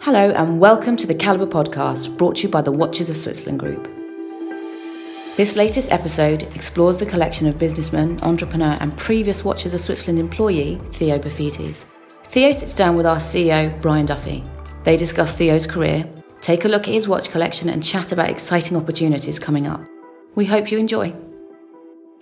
Hello, and welcome to the Calibre podcast brought to you by the Watches of Switzerland Group. This latest episode explores the collection of businessman, entrepreneur, and previous Watches of Switzerland employee Theo Bafides. Theo sits down with our CEO, Brian Duffy. They discuss Theo's career, take a look at his watch collection, and chat about exciting opportunities coming up. We hope you enjoy.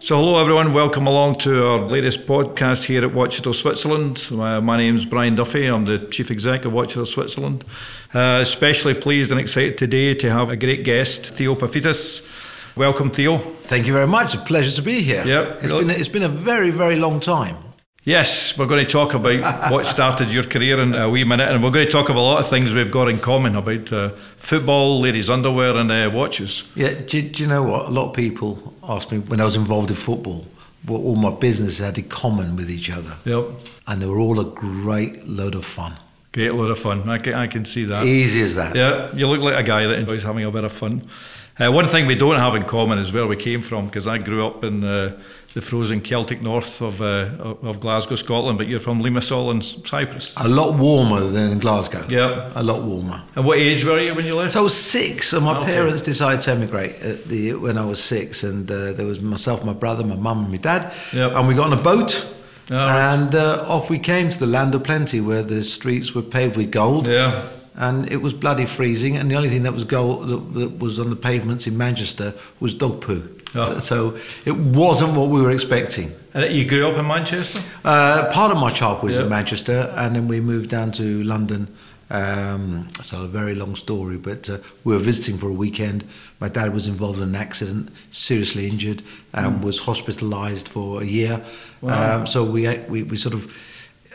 So, hello everyone, welcome along to our latest podcast here at Watchito Switzerland. My, my name's Brian Duffy, I'm the Chief Exec of Watchito Switzerland. Uh, especially pleased and excited today to have a great guest, Theo Pafitas. Welcome, Theo. Thank you very much. A pleasure to be here. Yep, it's really. been a, it's been a very very long time. Yes, we're going to talk about what started your career in a wee minute, and we're going to talk about a lot of things we've got in common about uh, football, ladies' underwear, and uh, watches. Yeah. Do, do you know what? A lot of people asked me when I was involved in football what all my businesses had in common with each other, Yep, and they were all a great load of fun. great lot of fun. I can, I can see that. Easy as that. Uh, Yeah, you look like a guy that enjoys having a bit of fun. Uh, one thing we don't have in common is where we came from, because I grew up in uh, the frozen Celtic north of, uh, of of Glasgow, Scotland, but you're from Limassol in Cyprus. A lot warmer than in Glasgow. Yeah. A lot warmer. And what age were you when you left? So I was six, and my Okay. parents decided to emigrate at the, when I was six, and uh, there was myself, my brother, my mum, and my dad, Yep. and we got on a boat, Oh, right. and uh, off we came to the land of plenty, where the streets were paved with gold, Yeah. and it was bloody freezing, and the only thing that was gold that, that was on the pavements in Manchester was dog poo. Oh. So it wasn't what we were expecting. And you grew up in Manchester? Uh, part of my childhood was Yeah. in Manchester, and then we moved down to London. Um, so a very long story, but uh, we were visiting for a weekend. My dad was involved in an accident, seriously injured, and Hmm. was hospitalised for a year. Um, so we, we we sort of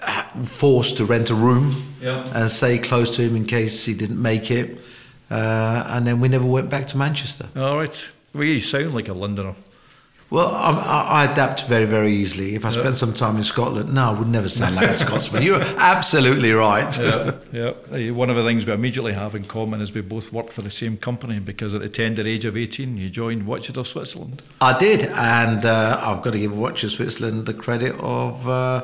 uh, forced to rent a room Yeah. and stay close to him in case he didn't make it. Uh, and then we never went back to Manchester. All right. Well, you sound like a Londoner. Well, I, I, I adapt very, very easily. If I spent some time in Scotland, no, I would never sound like a Scotsman. You're absolutely right. yeah, yeah. Uh, One of the things we immediately have in common is we both worked for the same company because at the tender age of 18, you joined Watch It of Switzerland. I did, and uh, I've got to give Watches Switzerland the credit of uh,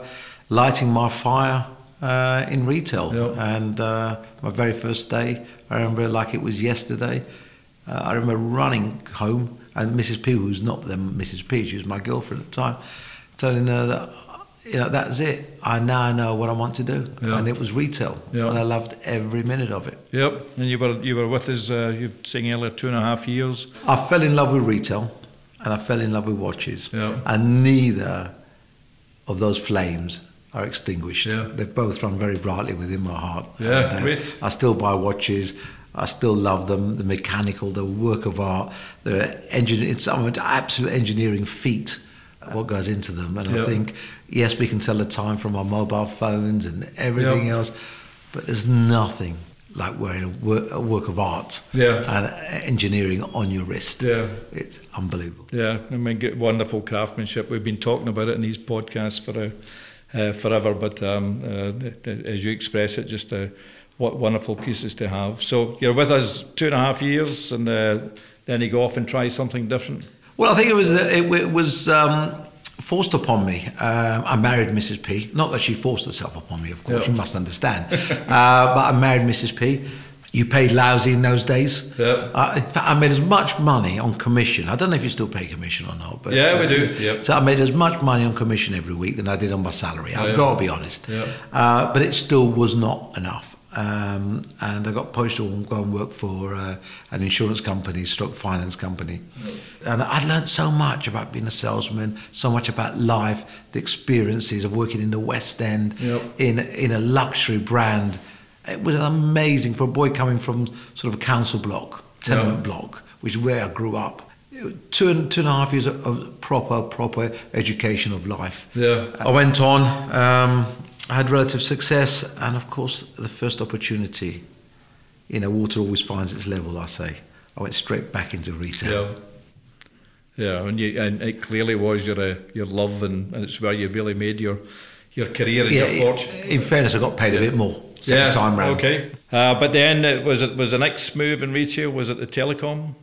lighting my fire uh, in retail. Yeah. And uh, my very first day, I remember like it was yesterday. Uh, I remember running home, and Mrs. P, who's not then Mrs. P, she was my girlfriend at the time, telling her that. You know, that's it. I now know what I want to do, Yeah. and it was retail, Yeah. and I loved every minute of it. Yep, and you were you were with us. Uh, you were saying earlier two and a half years. I fell in love with retail and I fell in love with watches. Yeah. And neither of those flames are extinguished. Yeah. They both run very brightly within my heart. Yeah, And, uh, great. I still buy watches. I still love them. The mechanical, the work of art, the engine, it's an absolute engineering feat what goes into them. And Yeah. I think, yes, we can tell the time from our mobile phones and everything Yeah. else, but there's nothing like wearing a work, a work of art Yeah. and uh, engineering on your wrist. Yeah. It's unbelievable. Yeah, I mean, get wonderful craftsmanship. We've been talking about it in these podcasts for a, uh, forever, but um, uh, as you express it, just uh, what wonderful pieces to have. So you're with us two and a half years, and uh, then you go off and try something different. Well, I think it was uh, it, w- it was um, forced upon me. Um, I married Mrs. P. Not that she forced herself upon me, of course. Yeah. You must understand. uh, but I married Mrs. P. You paid lousy in those days. Yeah. I, in fact, I made as much money on commission. I don't know if you still pay commission or not. But uh, Yeah, we do. Yep. So I made as much money on commission every week than I did on my salary. I've Yeah. got to be honest. Yeah. Uh, but it still was not enough. Um, and I got posted and go and work for uh, an insurance company, stroke finance company. And I'd learned so much about being a salesman, so much about life, the experiences of working in the West End, Yep. in, in a luxury brand. It was an amazing, for a boy coming from sort of a council block, tenement Yeah. block, which is where I grew up. Two and two and a half years of- of proper, proper education of life. Yeah. I went on. Um, I had relative success, and of course, the first opportunity, you know, water always finds its level. I say. I went straight back into retail. Yeah. Yeah, and you, and it clearly was your uh, your love, and, and it's where you really made your your career and your fortune. in fairness, I got paid a bit more second time round. Okay, uh, but then it was it was the next move in retail was it the telecom?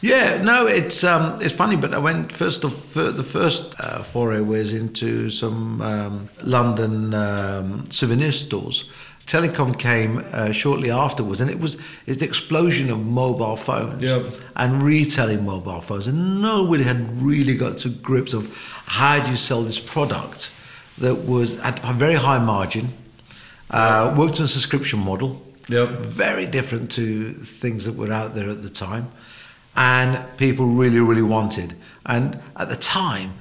Yeah, no, it's um, it's funny, but I went first of fir- the first uh, foray was into some um, London um, souvenir stores. Telecom came uh, shortly afterwards, and it was it's the explosion of mobile phones Yep. and retailing mobile phones, and nobody had really got to grips of how do you sell this product that was at a very high margin, uh, worked on a subscription model, Yep. very different to things that were out there at the time, and people really, really wanted. And at the time,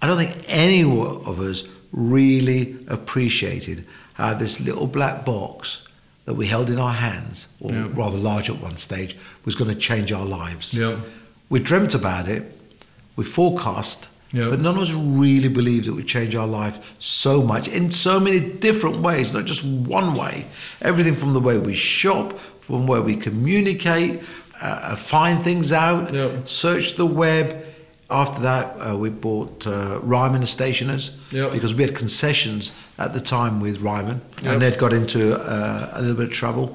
I don't think any of us really appreciated how this little black box that we held in our hands, or Yeah. rather large at one stage, was going to change our lives. Yeah. We dreamt about it, we forecast, Yeah. but none of us really believed it would change our life so much in so many different ways, not just one way. Everything from the way we shop, from where we communicate, uh, find things out, Yeah. search the web. After that, uh, we bought uh, Ryman the Stationers Yeah. because we had concessions at the time with Ryman, Yeah. and they'd got into uh, a little bit of trouble.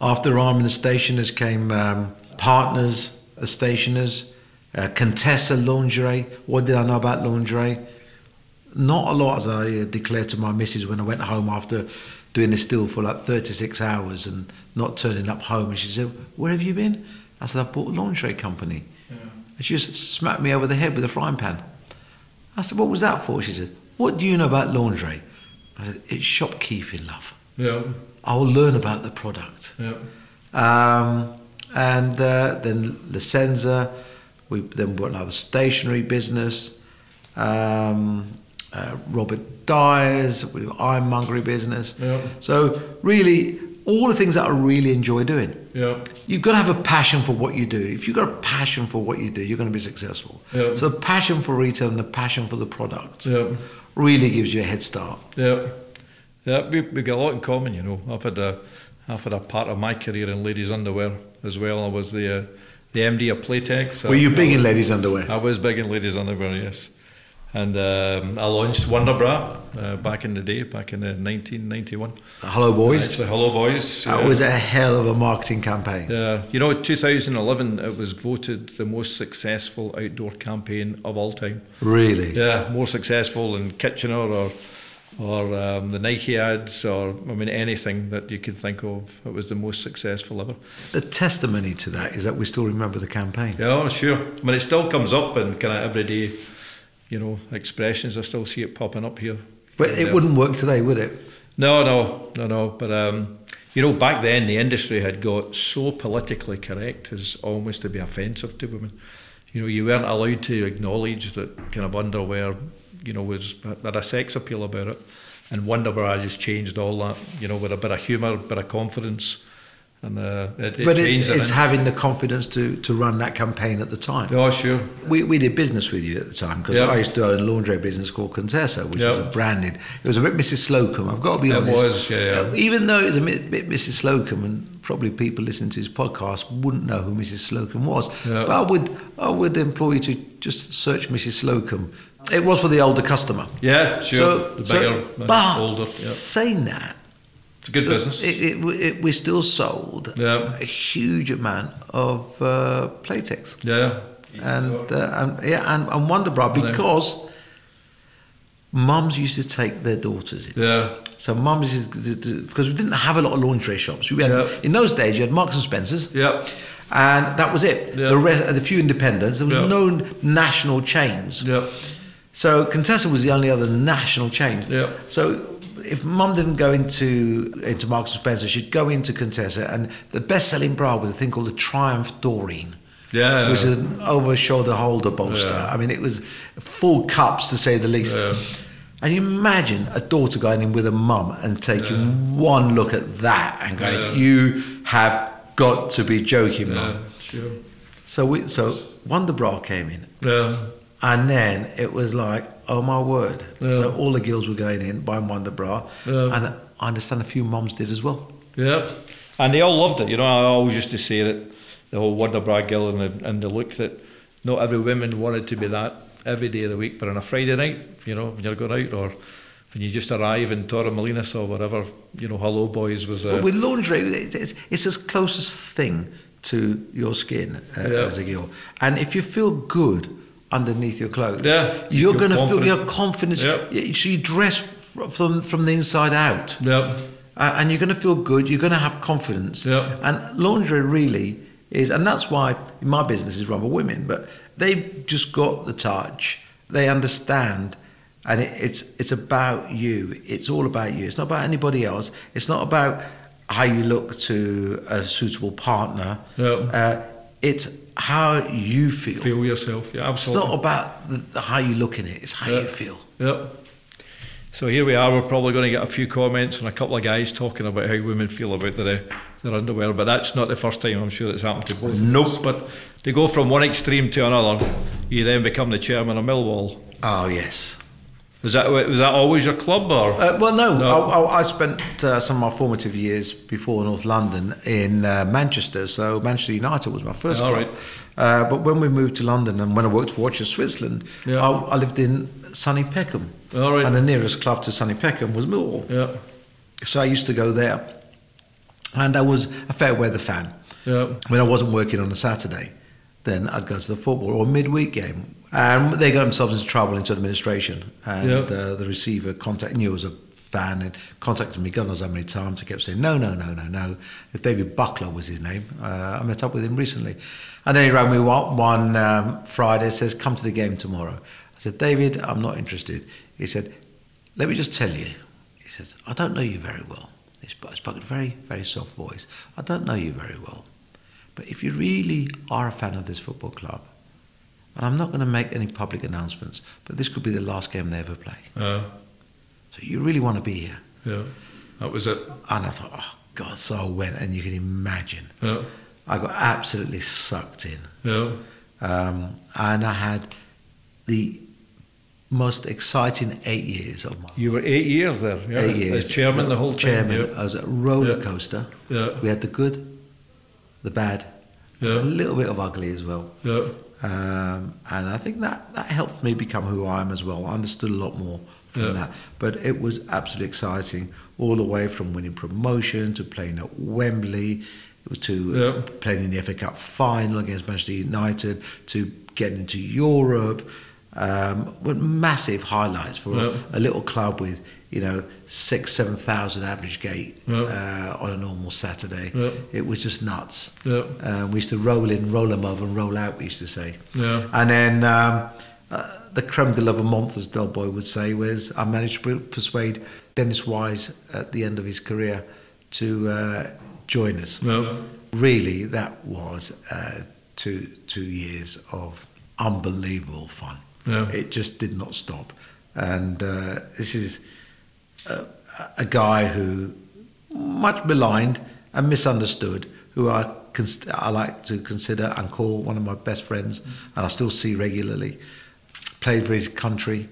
After Arm the Stationers came um, Partners, the Stationers, uh, Contessa Lingerie. What did I know about lingerie? Not a lot, as I uh, declared to my missus when I went home after doing this deal for like 36 hours and not turning up home. And she said, Where have you been? I said, I bought a lingerie company. And she just smacked me over the head with a frying pan. I said, What was that for? She said, What do you know about lingerie? I said, It's shopkeeping, love. Yeah. I'll learn about the product. Yeah. Um, and uh, then Licenza, we then bought another stationery business. Um, uh, Robert Dyer's, we have ironmongery business. Yeah. So really, all the things that I really enjoy doing. Yeah. You've got to have a passion for what you do. If you've got a passion for what you do, you're going to be successful. Yeah. So the passion for retail and the passion for the product Yeah. really gives you a head start. Yeah, yeah, we we got a lot in common, you know. I've had a I've had a part of my career in ladies' underwear as well. I was the uh, the MD of Playtex. Were you I- big in ladies' underwear? I was big in ladies' underwear, yes. And um, I launched Wonder Bra uh, back in the day, back in uh, 1991. Hello, boys. Actually, hello boys. That yeah. was a hell of a marketing campaign. Yeah, you know, 2011 it was voted the most successful outdoor campaign of all time. Really? Yeah, more successful than Kitchener or or um, the Nike ads or I mean anything that you could think of. It was the most successful ever. The testimony to that is that we still remember the campaign. Yeah, oh, sure. I mean, it still comes up in kind of everyday, you know, expressions. I still see it popping up here. But it Yeah. wouldn't work today, would it? No, no, no, no. But um, you know, back then the industry had got so politically correct as almost to be offensive to women. You know, you weren't allowed to acknowledge that kind of underwear, you know, was had a sex appeal about it. And Wonder Bra just changed all that, you know, with a bit of humour, bit of confidence, and uh, it, it but it's, changed it. it's in. having the confidence to, to run that campaign at the time. oh, sure. We, we did business with you at the time because Yeah. I used to own a laundry business called Contessa, which was Yeah. a branded. It was a bit Mrs. Slocum. I've got to be It honest. was, yeah, yeah. Uh, Even though it was a bit, bit Mrs. Slocum, and probably people listening to this podcast wouldn't know who Mrs. Slocum was. Yeah. But I would I would implore you to just search Mrs. Slocum. It was for the older customer. Yeah, sure. So, the so- bigger, but older. Yeah. It's saying that, a good it, business. it, it- we still sold Yeah. a huge amount of uh, Playtex yeah. and, uh, and yeah, and, and Wonder Bra know. because mums used to take their daughters in. yeah. So mums used to, do- because we didn't have a lot of lingerie shops. We had Yeah. in those days you had Marks and Spencers. Yeah. And that was it. Yeah. The rest, the few independents. There was Yeah. no national chains. Yeah. So Contessa was the only other national chain. Yeah. So if mum didn't go into into Marks and Spencer, she'd go into Contessa, and the best-selling bra was a thing called the Triumph Doreen. Yeah. Which is an over-shoulder holder bolster. Yeah. I mean, it was full cups to say the least. Yeah. And you imagine a daughter going in with a mum and taking one look at that and going, Yeah. "You have got to be joking, Yeah. mum." Sure. So we, so Wonder Bra came in, Yeah. and then it was like, oh my word. Yeah. So all the girls were going in buying Wonder Bra. Yeah. And I understand a few mums did as well. Yeah, and they all loved it. You know, I always used to say that the whole Wonder Bra Girl and the, and the look that not every woman wanted to be that every day of the week, but on a Friday night, you know, when you're going out or when you just arrive in Torremolinas or whatever, you know, Hello Boys was a. But with laundry, it- it's, it's as close as thing to your skin uh, Yeah. as a girl. And if you feel good underneath your clothes, Yeah. you're You're going to feel confident. your confidence. Yeah. Yeah, So you dress fr- from from the inside out. Yep. Uh, and you're going to feel good. You're going to have confidence. Yeah. And laundry really is, and that's why my business is run by women, but they've just got the touch. They understand, and it, it's it's about you. It's all about you. It's not about anybody else. It's not about how you look to a suitable partner. Yeah. Uh, it's how you feel. Feel yourself. Yeah, It's absolutely. not about the, the, how you look in it. It's how Yeah. you feel. Yep. So here we are. We're probably going to get a few comments and a couple of guys talking about how women feel about their uh, their underwear, but that's not the first time. I'm sure it's happened to both. of Nope. us. But to go from one extreme to another, you then become the chairman of Millwall. Oh yes. Was that was that always your club or? Uh, well, no, No. I, I, I spent uh, some of my formative years before North London in uh, Manchester, so Manchester United was my first All club. right. Uh, but when we moved to London and when I worked for Watches Switzerland, Yeah. I, I lived in Sunny Peckham, All right. and the nearest club to Sunny Peckham was Millwall. yeah. So I used to go there, and I was a fair weather fan. Yeah. When I wasn't working on a Saturday, then I'd go to the football or midweek game. And they got themselves into trouble into administration. And Yeah. uh, the receiver contacted knew I was a fan and contacted me, God knows how many times. I kept saying, no, no, no, no, no. David Buckler was his name. Uh, I met up with him recently. And then he rang me one, one um, Friday, says, come to the game tomorrow. I said, David, I'm not interested. He said, let me just tell you. He says, I don't know you very well. He sp- spoke in a very, very soft voice. I don't know you very well. But if you really are a fan of this football club, and I'm not going to make any public announcements, but this could be the last game they ever play. Uh, So you really want to be here. yeah. That was it. And I thought, oh, God, so I went, and you can imagine. Yeah. I got absolutely sucked in. Yeah. Um, and I had the most exciting eight years of my life. You were eight years there. Yeah. eight years. As chairman, the whole chairman. Time, I was a roller Yeah. coaster. Yeah. We had the good, the bad, Yeah. a little bit of ugly as well. yeah. yeah. Um, and I think that, that helped me become who I am as well. I understood a lot more from Yeah. that. But it was absolutely exciting, all the way from winning promotion to playing at Wembley to Yeah. playing in the FA Cup final against Manchester United to getting into Europe. Um, were massive highlights for Yeah. a, a little club with you know six seven thousand average gate Yeah. uh, on a normal Saturday. Yeah. It was just nuts. Yeah. Uh, we used to roll in, roll 'em over, and roll out. We used to say. Yeah. And then um, uh, the creme de la Vermont, as Del Boy would say, was I managed to persuade Dennis Wise at the end of his career to uh, join us. Yeah. Really, that was uh, two two years of unbelievable fun. Yeah. It just did not stop. And uh, this is a, a guy who much maligned and misunderstood, who I cons- I like to consider and call one of my best Mm. friends, and I still see regularly. Played for his country.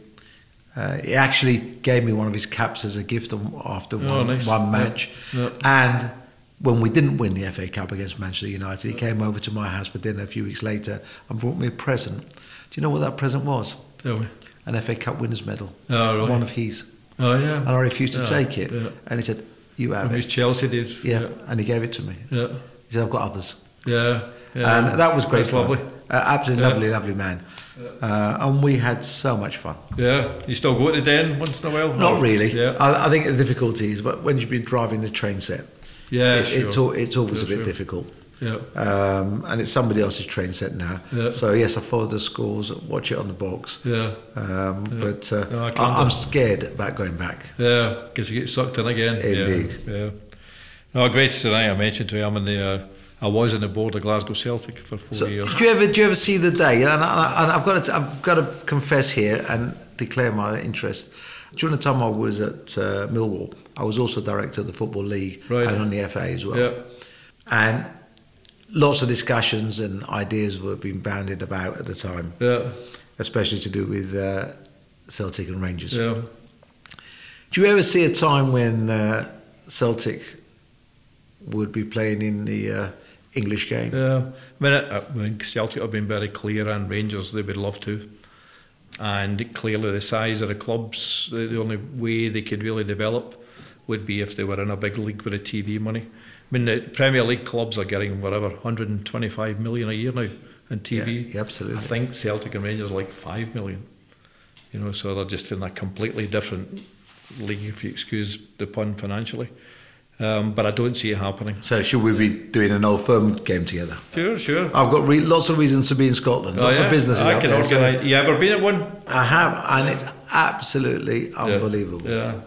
Uh, he actually gave me one of his caps as a gift on, after one Oh, nice. one Yeah. match. Yeah. And when we didn't win the FA Cup against Manchester United, he came over to my house for dinner a few weeks later and brought me a present. Do you know what that present was? Tell me. An FA Cup winners medal. Oh, right. One of his. Oh yeah. And I refused to Yeah, take it. Yeah. And he said, You have From his it. Chelsea days. Yeah. And he gave it to me. Yeah. He said, I've got others. Yeah. yeah. And that was great That's fun. lovely. Uh, absolutely Yeah. lovely, lovely man. Uh, and we had so much fun. Yeah. You still go to the den once in a while? Not really. Oh, Yeah. I, I think the difficulty is but when you've been driving the train set, Yeah, it, sure. it's, al- it's always Yeah, a bit sure. difficult. Yeah. um, and it's somebody else's train set now. Yeah. So yes, I follow the scores, watch it on the box. Yeah. Um, But uh, No, I can't I, I'm do- scared about going back. Yeah. Because you get sucked in again. Indeed. Yeah. yeah. No, great tonight. I mentioned to you, I'm in the. Uh, I was on the board of Glasgow Celtic for four So, years. do you ever do you ever see the day? And, I, and I've got to I've got to confess here and declare my interest. During the time I was at uh, Millwall, I was also director of the Football League Right. and on the FA as well. Yeah. And lots of discussions and ideas were being bandied about at the time, Yeah. especially to do with uh, Celtic and Rangers. Yeah. Do you ever see a time when uh, Celtic would be playing in the uh, English game? Yeah, Uh, I mean, I, I mean, Celtic have been very clear, and Rangers they would love to. And clearly, the size of the clubs, the, the only way they could really develop would be if they were in a big league with the TV money. I mean, the Premier League clubs are getting whatever 125 million a year now in TV. Yeah, yeah, absolutely. I think Celtic and Rangers are like five million. You know, so they're just in a completely different league, if you excuse the pun, financially. Um, but I don't see it happening. So should we be doing an old firm game together? Sure, sure. I've got re- lots of reasons to be in Scotland. lots of businesses Oh, I out can there. so- organise. You ever been at one? I have, and it's absolutely unbelievable. Yeah.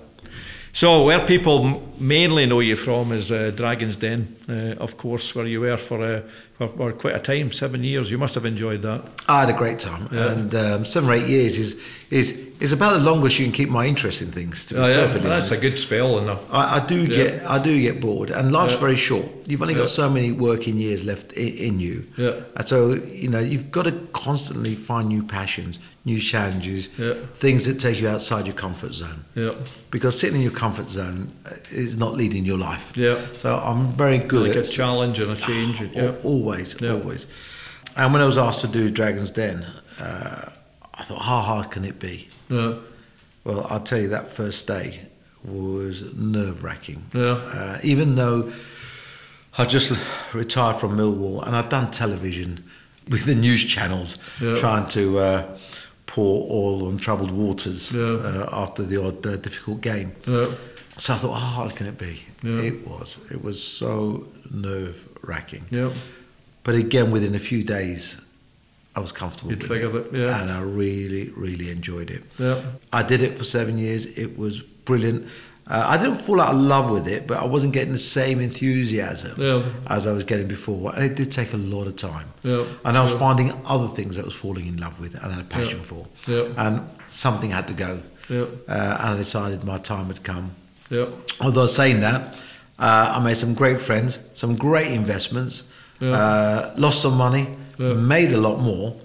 So where people m- mainly know you from is uh, Dragon's Den, uh, of course, where you were for, uh, for, for quite a time, seven years. You must have enjoyed that. I had a great time, and um, seven or eight years is is is about the longest you can keep my interest in things. To be Oh, yeah. perfectly That's honest, a good spell. And a, I, I do get I do get bored, and life's very short. You've only got Yeah. so many working years left in, in you, Yeah. and so you know you've got to constantly find new passions, new challenges, Yeah. things that take you outside your comfort zone. yeah. Because sitting in your comfort zone uh, is not leading your life. Yeah. So I'm very good Like a at challenge and a change. and- yeah. Al- Always, Yeah. always. And when I was asked to do Dragon's Den, uh, I thought, how hard can it be? Yeah. Well, I'll tell you, that first day was nerve wracking. Yeah. Uh, even though I just retired from Millwall and I'd done television with the news channels Yeah. trying to uh, pour oil on troubled waters Yeah. uh, after the odd uh, difficult game. Yeah. So I thought, "Ah, how hard can it be? Yeah. It was. It was so nerve wracking. Yeah. But again, within a few days, I was comfortable. You'd with figured it, yeah. And I really, really enjoyed it. Yeah. I did it for seven years. It was brilliant. Uh, I didn't fall out of love with it, but I wasn't getting the same enthusiasm Yeah. as I was getting before, and it did take a lot of time. Yeah, and I was sure. finding other things that I was falling in love with and had a passion for, Yeah. and something had to go. Yeah. Uh, and I decided my time had come. Yeah. Although saying that, uh, I made some great friends, some great investments, Yeah. uh, lost some money, Yeah. made a lot more,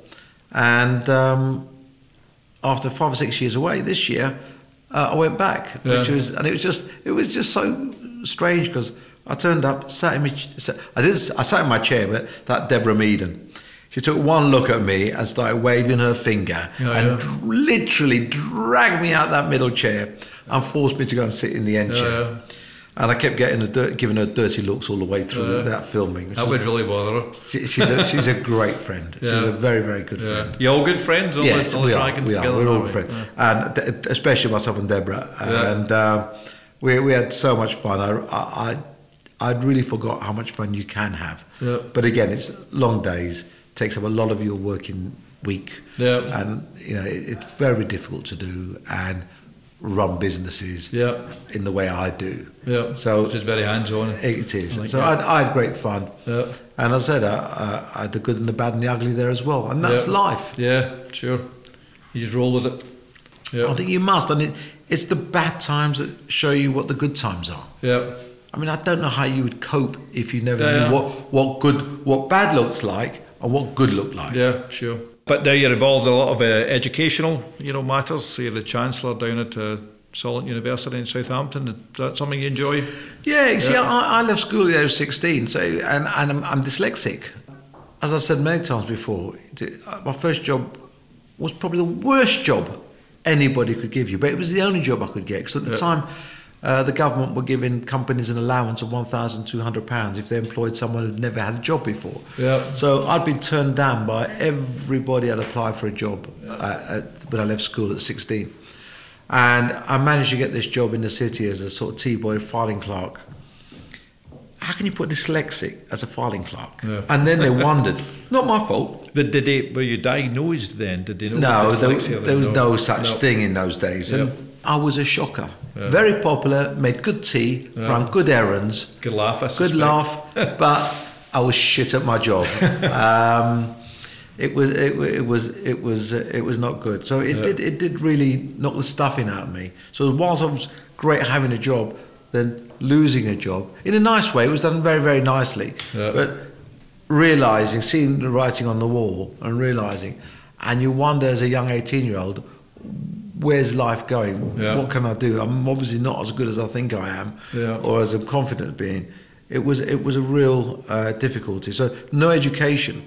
and um, after five or six years away, this year uh, I went back, which Yeah. was and it was just it was just so strange because I turned up, sat in my, ch- sat- I did I sat in my chair, but that Deborah Meaden. She took one look at me and started waving her finger Yeah, and yeah. dr- literally dragged me out that middle chair and forced me to go and sit in the end Yeah, chair. yeah. And I kept getting her dirt, giving her dirty looks all the way through Yeah. that filming. That would really bother her. She- she's, a, she's a great friend. She's Yeah. a very, very good friend. Yeah. You all good friends? All Yes, the, all the we are. dragons We are. together. We're all we? friends, Yeah. and th- th- especially myself and Deborah. Yeah. And uh, we we had so much fun. I I I- I'd really forgot how much fun you can have. Yeah. But again, it's long days. Takes up a lot of your working week. Yeah. And you know it, it's very difficult to do and run businesses. Yeah. In the way I do. Yeah. So Which is very hands-on. it is. I like so that. I, I had great fun. Yeah. And as I said, I, I, I had the good and the bad and the ugly there as well. And that's Yeah. life. Yeah, sure. You just roll with it. I Yeah. think you must. And it, it's the bad times that show you what the good times are. Yeah. I mean, I don't know how you would cope if you never Yeah, knew yeah. what what good, what bad looks like, and what good looked like. Yeah, sure. But now you're involved in a lot of uh, educational, you know, matters. So you're the chancellor down at uh, Solent University in Southampton. Is that something you enjoy? Yeah, you see, I, I left school at I was 16, so, and, and I'm, I'm dyslexic. As I've said many times before, t- uh, my first job was probably the worst job anybody could give you, but it was the only job I could get, because at the Yeah. time, uh, the government were giving companies an allowance of £1,200 if they employed someone who'd never had a job before. Yeah. So I'd been turned down by everybody I'd applied for a job uh, at, when I left school at 16. And I managed to get this job in the city as a sort of T-boy filing clerk. How can you put dyslexic as a filing clerk? Yeah. And then they wondered. Not my fault. Did, did they, were you diagnosed then? Did they know No, what there, dyslexia then? there was no such No. thing in those days. And Yeah. I was a shocker. Very popular, made good tea, ran good errands. Good laugh, I Good suspect. laugh, but I was shit at my job. Um, it was it, wa- it was it was uh, it was not good. So it did it did really knock the stuffing out of me. So whilst I was great having a job, then losing a job in a nice way, it was done very very nicely. Yeah. But realizing, seeing the writing on the wall, and realizing, and you wonder as a young eighteen year old. Where's life going? Yeah. What can I do? I'm obviously not as good as I think I am, Yeah. or as a confident being, it was it was a real uh, difficulty. So no education,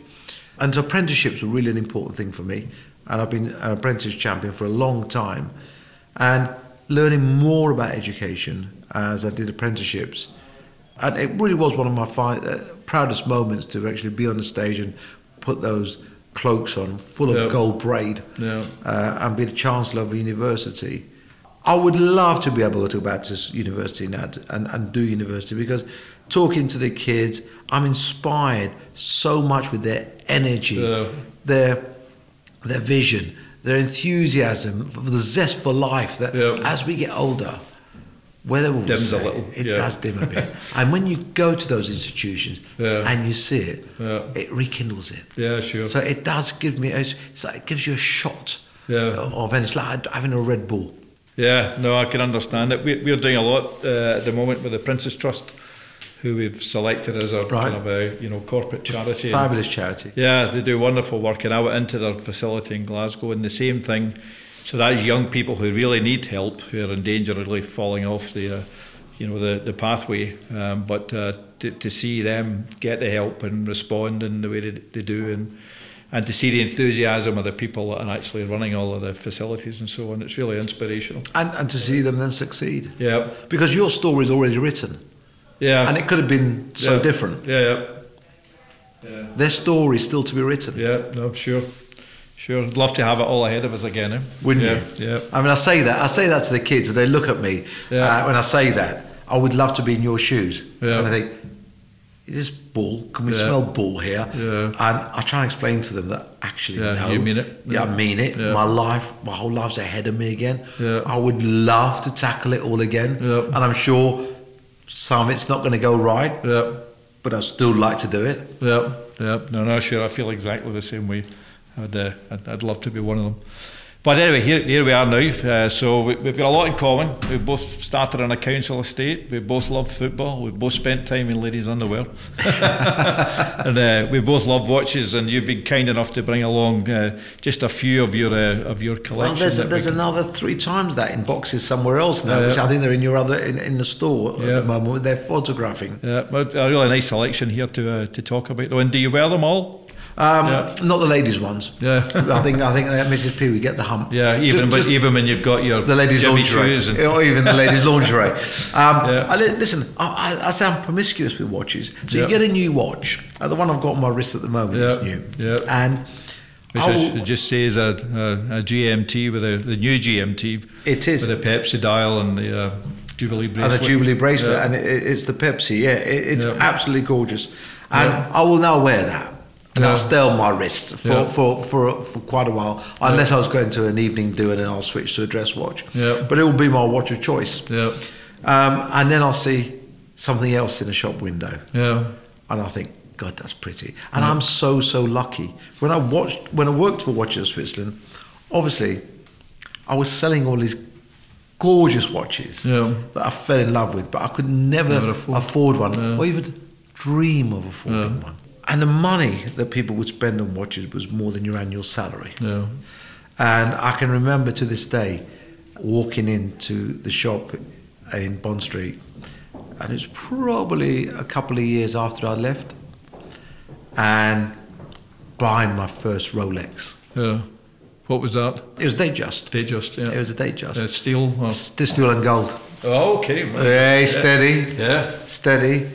and so apprenticeships were really an important thing for me, and I've been an apprentice champion for a long time, and learning more about education as I did apprenticeships, and it really was one of my fi- uh, proudest moments to actually be on the stage and put those cloaks on full of Yeah. gold braid Yeah. uh, and be the chancellor of a university. I would love to be able to go back to university now to, and, and do university because talking to the kids, I'm inspired so much with their energy, Yeah. their their vision, their enthusiasm, for the zest for life. That Yeah. as we get older, whether we'll Dims a say, little, it yeah. does dim a bit. and when you go to those institutions Yeah. and you see it, Yeah. it rekindles it. Yeah, sure. So it does give me. It's, it's like it gives you a shot Yeah. of, and it's like having a Red Bull. Yeah, no, I can understand it. We, we're doing a lot uh, at the moment with the Prince's Trust, who we've selected as our Right. kind of a you know corporate charity. And- Fabulous charity. Yeah, they do wonderful work, and I went into their facility in Glasgow, and the same thing. So that's young people who really need help, who are in danger of really falling off the, uh, you know, the the pathway. Um, but uh, to, to see them get the help and respond in the way they, they do, and and to see the enthusiasm of the people that are actually running all of the facilities and so on, it's really inspirational. And, and to see them then succeed. Yeah, Because your story is already written, yeah, and it could have been so yeah. different. Yeah, yeah. Their story is still to be written. Yeah, no, sure. Sure. I'd love to have it all ahead of us again, eh? Wouldn't yeah, you? Yeah. I mean, I say that. I say that to the kids. They look at me Yeah. uh, when I say that. I would love to be in your shoes. Yeah. And I think, is this bull? Can we Yeah. smell bull here? Yeah. And I try and explain to them that actually, Yeah, no. you mean it. Yeah, I mean it. Yeah. My life, my whole life's ahead of me again. Yeah. I would love to tackle it all again. Yeah. And I'm sure some of it's not going to go right, Yeah. but I'd still like to do it. Yeah, yeah. No, no, sure. I feel exactly the same way. I'd, uh, I'd, I'd love to be one of them. But anyway, here, here we are now. Uh, so we, we've got a lot in common. We both started on a council estate. We both love football. We both spent time in ladies' underwear. and uh, we both love watches. And you've been kind enough to bring along uh, just a few of your uh, of your collection. Well, there's, that we there's can- another three times that in boxes somewhere else now, Yeah, which yeah. I think they're in your other in, in the store at Yeah. the moment. where They're photographing. Yeah, but a really nice selection here to uh, to talk about. though. And do you wear them all? Um, Yeah. Not the ladies' ones. Yeah. I think I think that Mrs. P we get the hump. Yeah, Ju- even just when, even when you've got your the ladies' Jimmy lingerie, shoes and or even the ladies' lingerie. Um, Yeah. I li- listen, I, I, I sound promiscuous with watches. So Yeah. you get a new watch. Uh, the one I've got on my wrist at the moment Yeah, is new. yeah. And Which I is, will- it just says a, a, a GMT with a, the new GMT. It is. With a Pepsi dial and the uh, Jubilee bracelet. and a Jubilee bracelet, Yeah. and it, it- it's the Pepsi. Yeah, it, it's Yeah. absolutely gorgeous, and I will now wear that. And Yeah. I'll stay on my wrist for, Yeah. for, for, for quite a while, unless I was going to an evening do and then I'll switch to a dress watch. Yeah. But it will be my watch of choice. Yeah. Um, and then I'll see something else in a shop window yeah. and I think, God, that's pretty. And I'm so so lucky. When I watched, when I worked for Watches Switzerland, obviously, I was selling all these gorgeous watches Yeah. that I fell in love with, but I could never, Never afford. afford. one Yeah. or even dream of affording Yeah. one. And the money that people would spend on watches was more than your annual salary. Yeah. And I can remember to this day walking into the shop in Bond Street, and it's probably a couple of years after I left, and buying my first Rolex. Yeah. What was that? It was Datejust. Datejust, yeah. It was a Datejust. Uh, steel? Or? It's the steel and gold. Oh, okay. right. Hey, steady, Yeah. steady.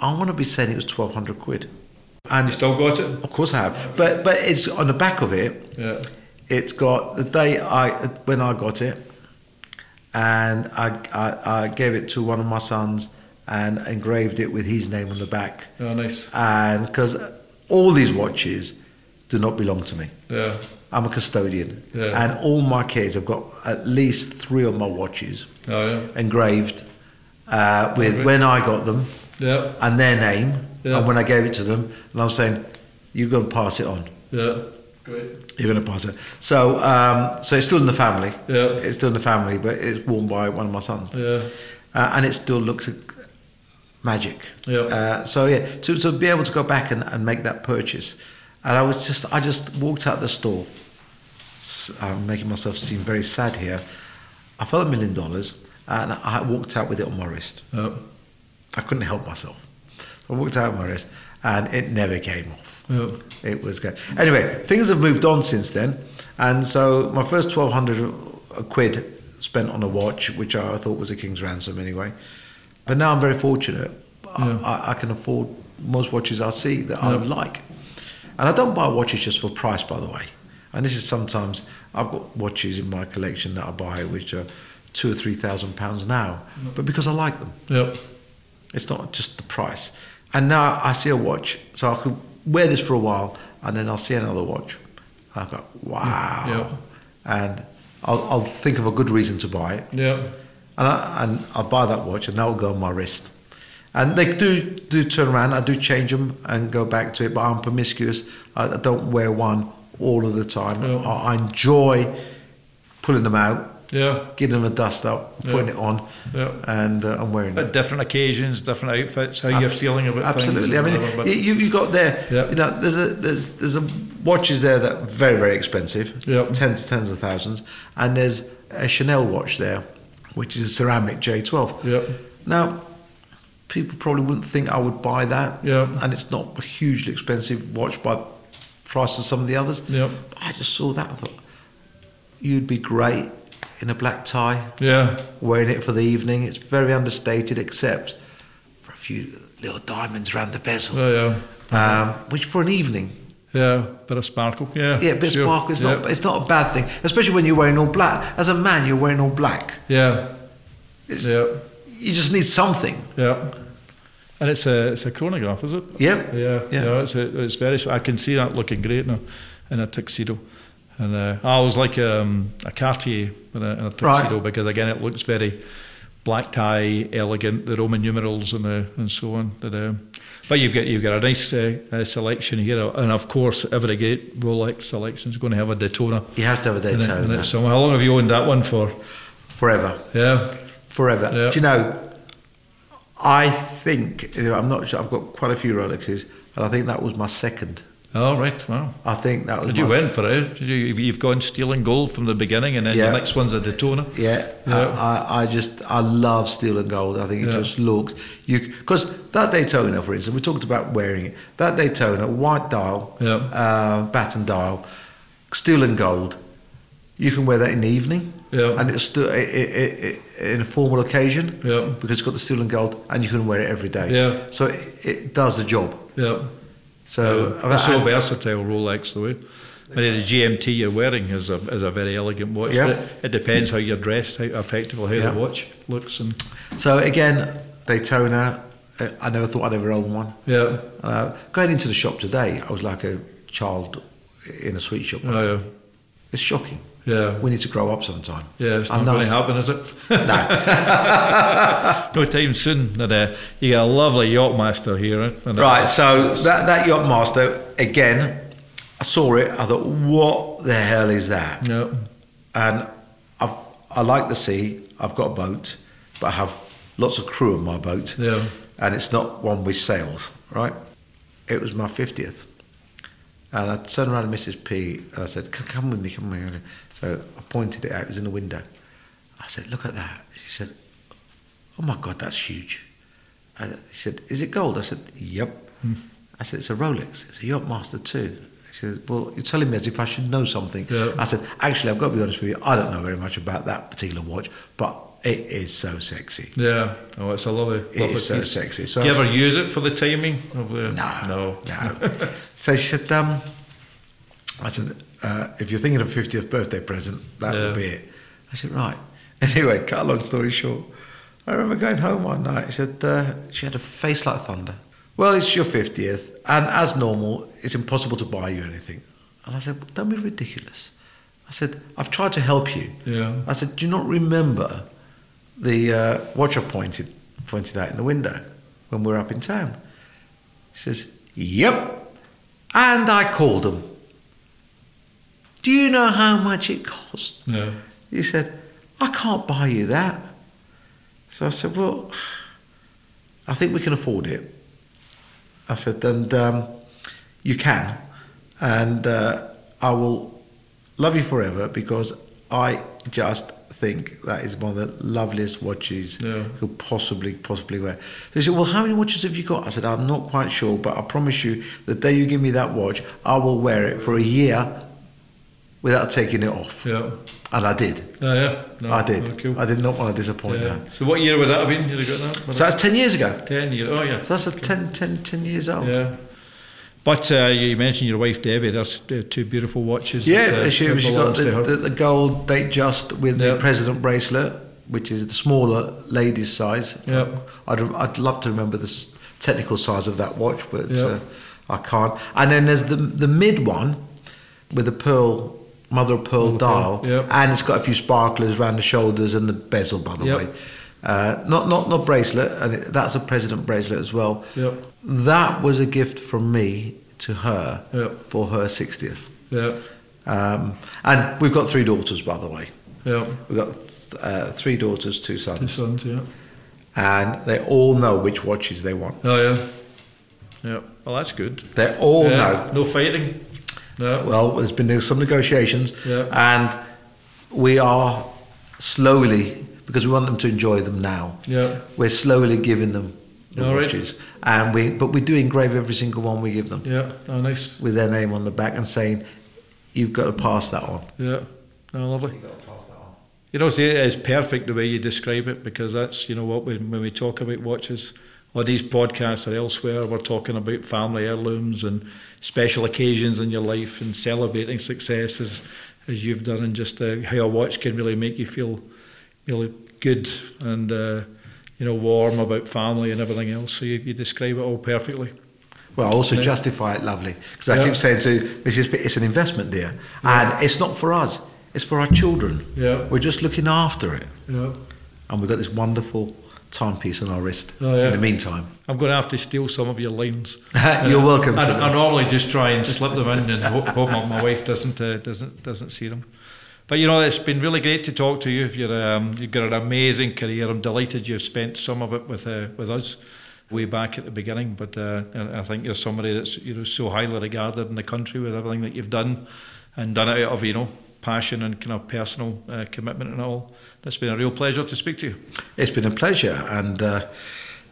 I want to be saying it was twelve hundred quid, You and still got it? of course I have. But but it's on the back of it. Yeah. It's got the day I when I got it, and I, I I gave it to one of my sons and engraved it with his name on the back, Oh, nice. and because all these watches do not belong to me. Yeah. I'm a custodian, Yeah. and all my kids have got at least three of my watches Oh, yeah. engraved uh, with Lovely. when I got them Yeah. and their name, Yeah. and when I gave it to them, and I'm saying, you're going to pass it on. Yeah. Great. You're going to pass it. So, um, so it's still in the family. Yeah. It's still in the family, but it's worn by one of my sons. Yeah. Uh, and it still looks uh, magic. Yeah. Uh, so yeah, to, to be able to go back and, and make that purchase, and I was just I just walked out the store. S- I'm making myself seem very sad here. I felt a million dollars, and I walked out with it on my wrist. Yeah. I couldn't help myself. I walked out with my wrist, and it never came off. Yeah. It was great. Anyway, things have moved on since then, and so my first twelve hundred quid spent on a watch, which I thought was a king's ransom anyway. But now I'm very fortunate. Yeah. I, I, I can afford most watches I see that I Yeah. like, and I don't buy watches just for price, by the way. And this is sometimes I've got watches in my collection that I buy which are two or three thousand pounds now, but because I like them. Yep. It's not just the price. And now I see a watch, so I could wear this for a while, and then I'll see another watch. And I go, wow. Yeah. And I'll, I'll think of a good reason to buy it, Yep. and, I, and I'll buy that watch, and that will go on my wrist. And they do do turn around. I do change them and go back to it, but I'm promiscuous. I, I don't wear one all of the time. Yeah. I, I enjoy pulling them out, Yeah. giving them a dust up, putting Yeah. it on, Yeah. and uh, I'm wearing it. At different occasions, different outfits, how you're feeling about Absolutely. things. I and mean, whatever, but- you, you- you've got there. Yeah. You know, there's a there's there's a watches there that are very very expensive. Yeah. Tens tens of thousands, and there's a Chanel watch there, which is a ceramic J12. Yeah. Now, people probably wouldn't think I would buy that. Yeah. And it's not a hugely expensive watch by price of some of the others. Yeah. But I just saw that. I thought you'd be great in a black tie yeah. wearing it for the evening. It's very understated, except for a few little diamonds around the bezel, Yeah. Yeah. um, which for an evening, Yeah. Bit of sparkle. Yeah. yeah, a bit of sure. sparkle. It's not, it's not a bad thing, especially when you're wearing all black. As a man, you're wearing all black. Yeah. It's, Yeah. You just need something. Yeah. And it's a it's a chronograph, is it? Yep. Yeah, Yeah. yeah, it's, it's very. I can see that looking great in a, in a tuxedo, and uh, I always like um, a Cartier in a, in a tuxedo Right. because again it looks very black tie, elegant, the Roman numerals and the, and so on. But, um, but you've got you've got a nice uh, uh, selection here, and of course every great Rolex selection is going to have a Daytona. uh, You have to have a in it- in Daytona it somewhere. How long have you owned that one for? forever. Yeah, forever. Yeah. Do you know? I think you know, I'm not sure. I've got quite a few Rolexes, and I think that was my second. all right, wow. I think that was. Did you my win for it? Did you, you've gone stealing gold from the beginning, and then Yeah. the next one's a Daytona. Yeah, Yeah. I, I, I just I love steel and gold. I think it Yeah. just looks you because that Daytona, for instance, we talked about wearing it. That Daytona, white dial, Yeah. uh, batten dial, steel and gold. You can wear that in the evening, Yeah. and it's still it, it, it, in a formal occasion, Yeah. because it's got the steel and gold, and you can wear it every day. Yeah. so it, it does the job. Yeah. So Uh, it's so and- versatile Rolex though. eh? I mean, the GMT you're wearing is a is a very elegant watch. Yeah. but It, it depends how you're dressed, how effectively how Yeah. the watch looks, and so again, Daytona. uh, I never thought I'd ever own one. yeah, Uh, going into the shop today, I was like a child in a sweet shop. oh, yeah, It's shocking. yeah, We need to grow up sometime. yeah. It's I'm not going not- to happen, is it? No. no time soon. And, uh, you got a lovely yacht master here, eh? and, uh, right, so that, that yacht master, again, I saw it. I thought, what the hell is that? yeah, And I've, I like the sea. I've got a boat, but I have lots of crew on my boat. Yeah. And it's not one with sails, right? It was my 50th. And I turned around to Mrs. P and I said, "C- Come with me, come with me. So I pointed it out, it was in the window. I said, Look at that. She said, Oh my God, that's huge. And she said, Is it gold? I said, Yep. I said, It's a Rolex. It's a Yachtmaster too. She said, Well, you're telling me as if I should know something. Yeah. I said, Actually, I've got to be honest with you, I don't know very much about that particular watch, but it is so sexy. yeah. Oh, it's a lovely, It lovely is so piece. sexy. So Do you I ever use it for the timing of the? no, no. no. so she said, um, I said, uh, if you're thinking of fiftieth birthday present, that Yeah. will be it. I said, right. Anyway, cut a long story short, I remember going home one night. She said uh, she had a face like thunder. Well, it's your fiftieth, and as normal, it's impossible to buy you anything. And I said, well, don't be ridiculous. I said, I've tried to help you. Yeah. I said, do you not remember the uh, watcher pointed pointed out in the window when we were up in town? She says, Yep. And I called them. Do you know how much it cost? No. He said, I can't buy you that. So I said, Well, I think we can afford it. I said, And um, you can. And uh, I will love you forever because I just think that is one of the loveliest watches Yeah. you could possibly, possibly wear. So she said, Well, how many watches have you got? I said, I'm not quite sure, but I promise you, the day you give me that watch, I will wear it for a year without taking it off. Yeah. And I did. No, yeah. No, I did. no, cool. I did not want to disappoint Yeah. her. So what year would that have been? You'd have got that. So that's 10 years ago. Ten years. Oh yeah. So that's a 10, 10, 10 years old. Yeah. But uh, you mentioned your wife Debbie. There's uh, two beautiful watches. Yeah, that, uh, she, that she belongs got the, to her. the, the gold date just with the Yeah. president bracelet, which is the smaller lady's size. Yeah. I'd, I'd love to remember the s- technical size of that watch, but Yeah. uh, I can't. And then there's the the mid one with a pearl mother of pearl Mother dial, of pearl, yeah. and it's got a few sparklers around the shoulders and the bezel, by the Yeah. way. Uh, not not not bracelet, and it, that's a president bracelet as well. Yeah. That was a gift from me to her Yeah. for her sixtieth. Yeah. Um, and we've got three daughters, by the way. Yeah. We've got th- uh, three daughters, two Two sons, sons, yeah. and they all know which watches they want. Oh, yeah. Yeah. Well, that's good. They all yeah. know. No fighting. No. Well, there's been some negotiations, Yeah. and we are slowly because we want them to enjoy them now. Yeah. We're slowly giving them the All right. watches, and we but we do engrave every single one we give them Yeah. Oh, nice. with their name on the back and saying, "You've got to pass that on." Yeah. No, lovely. You know, see, it is perfect the way you describe it because that's, you know, what we, when we talk about watches or these podcasts or elsewhere, we're talking about family heirlooms and special occasions in your life and celebrating successes as you've done and just uh, how a watch can really make you feel really good and, uh, you know, warm about family and everything else. So you, you describe it all perfectly. Well, I also Yeah. justify it lovely because I Yeah. keep saying to Mrs. Pitt, it's an investment, dear, and it's not for us; it's for our children. Yeah. We're just looking after it, Yeah. and we've got this wonderful timepiece on our wrist. Oh, yeah. In the meantime, I'm going to have to steal some of your lines. You're welcome to I, them. I normally just try and slip them in and hope, hope my, my wife doesn't uh, doesn't doesn't see them. But you know, it's been really great to talk to you. You're um, you've got an amazing career. I'm delighted you've spent some of it with uh, with us way back at the beginning. But uh, I I think you're somebody that's you know so highly regarded in the country with everything that you've done and done it out of you know passion and kind of personal uh, commitment and all. It's been a real pleasure to speak to you. it's been a pleasure, and uh,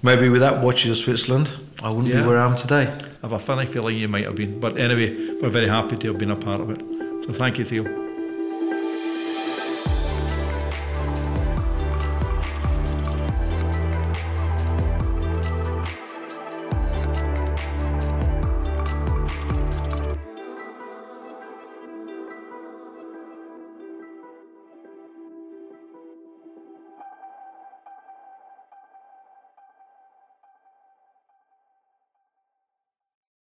maybe without Watches of Switzerland, I wouldn't Yeah. be where I am today. I have a funny feeling you might have been. But anyway, we're very happy to have been a part of it. So thank you, Theo.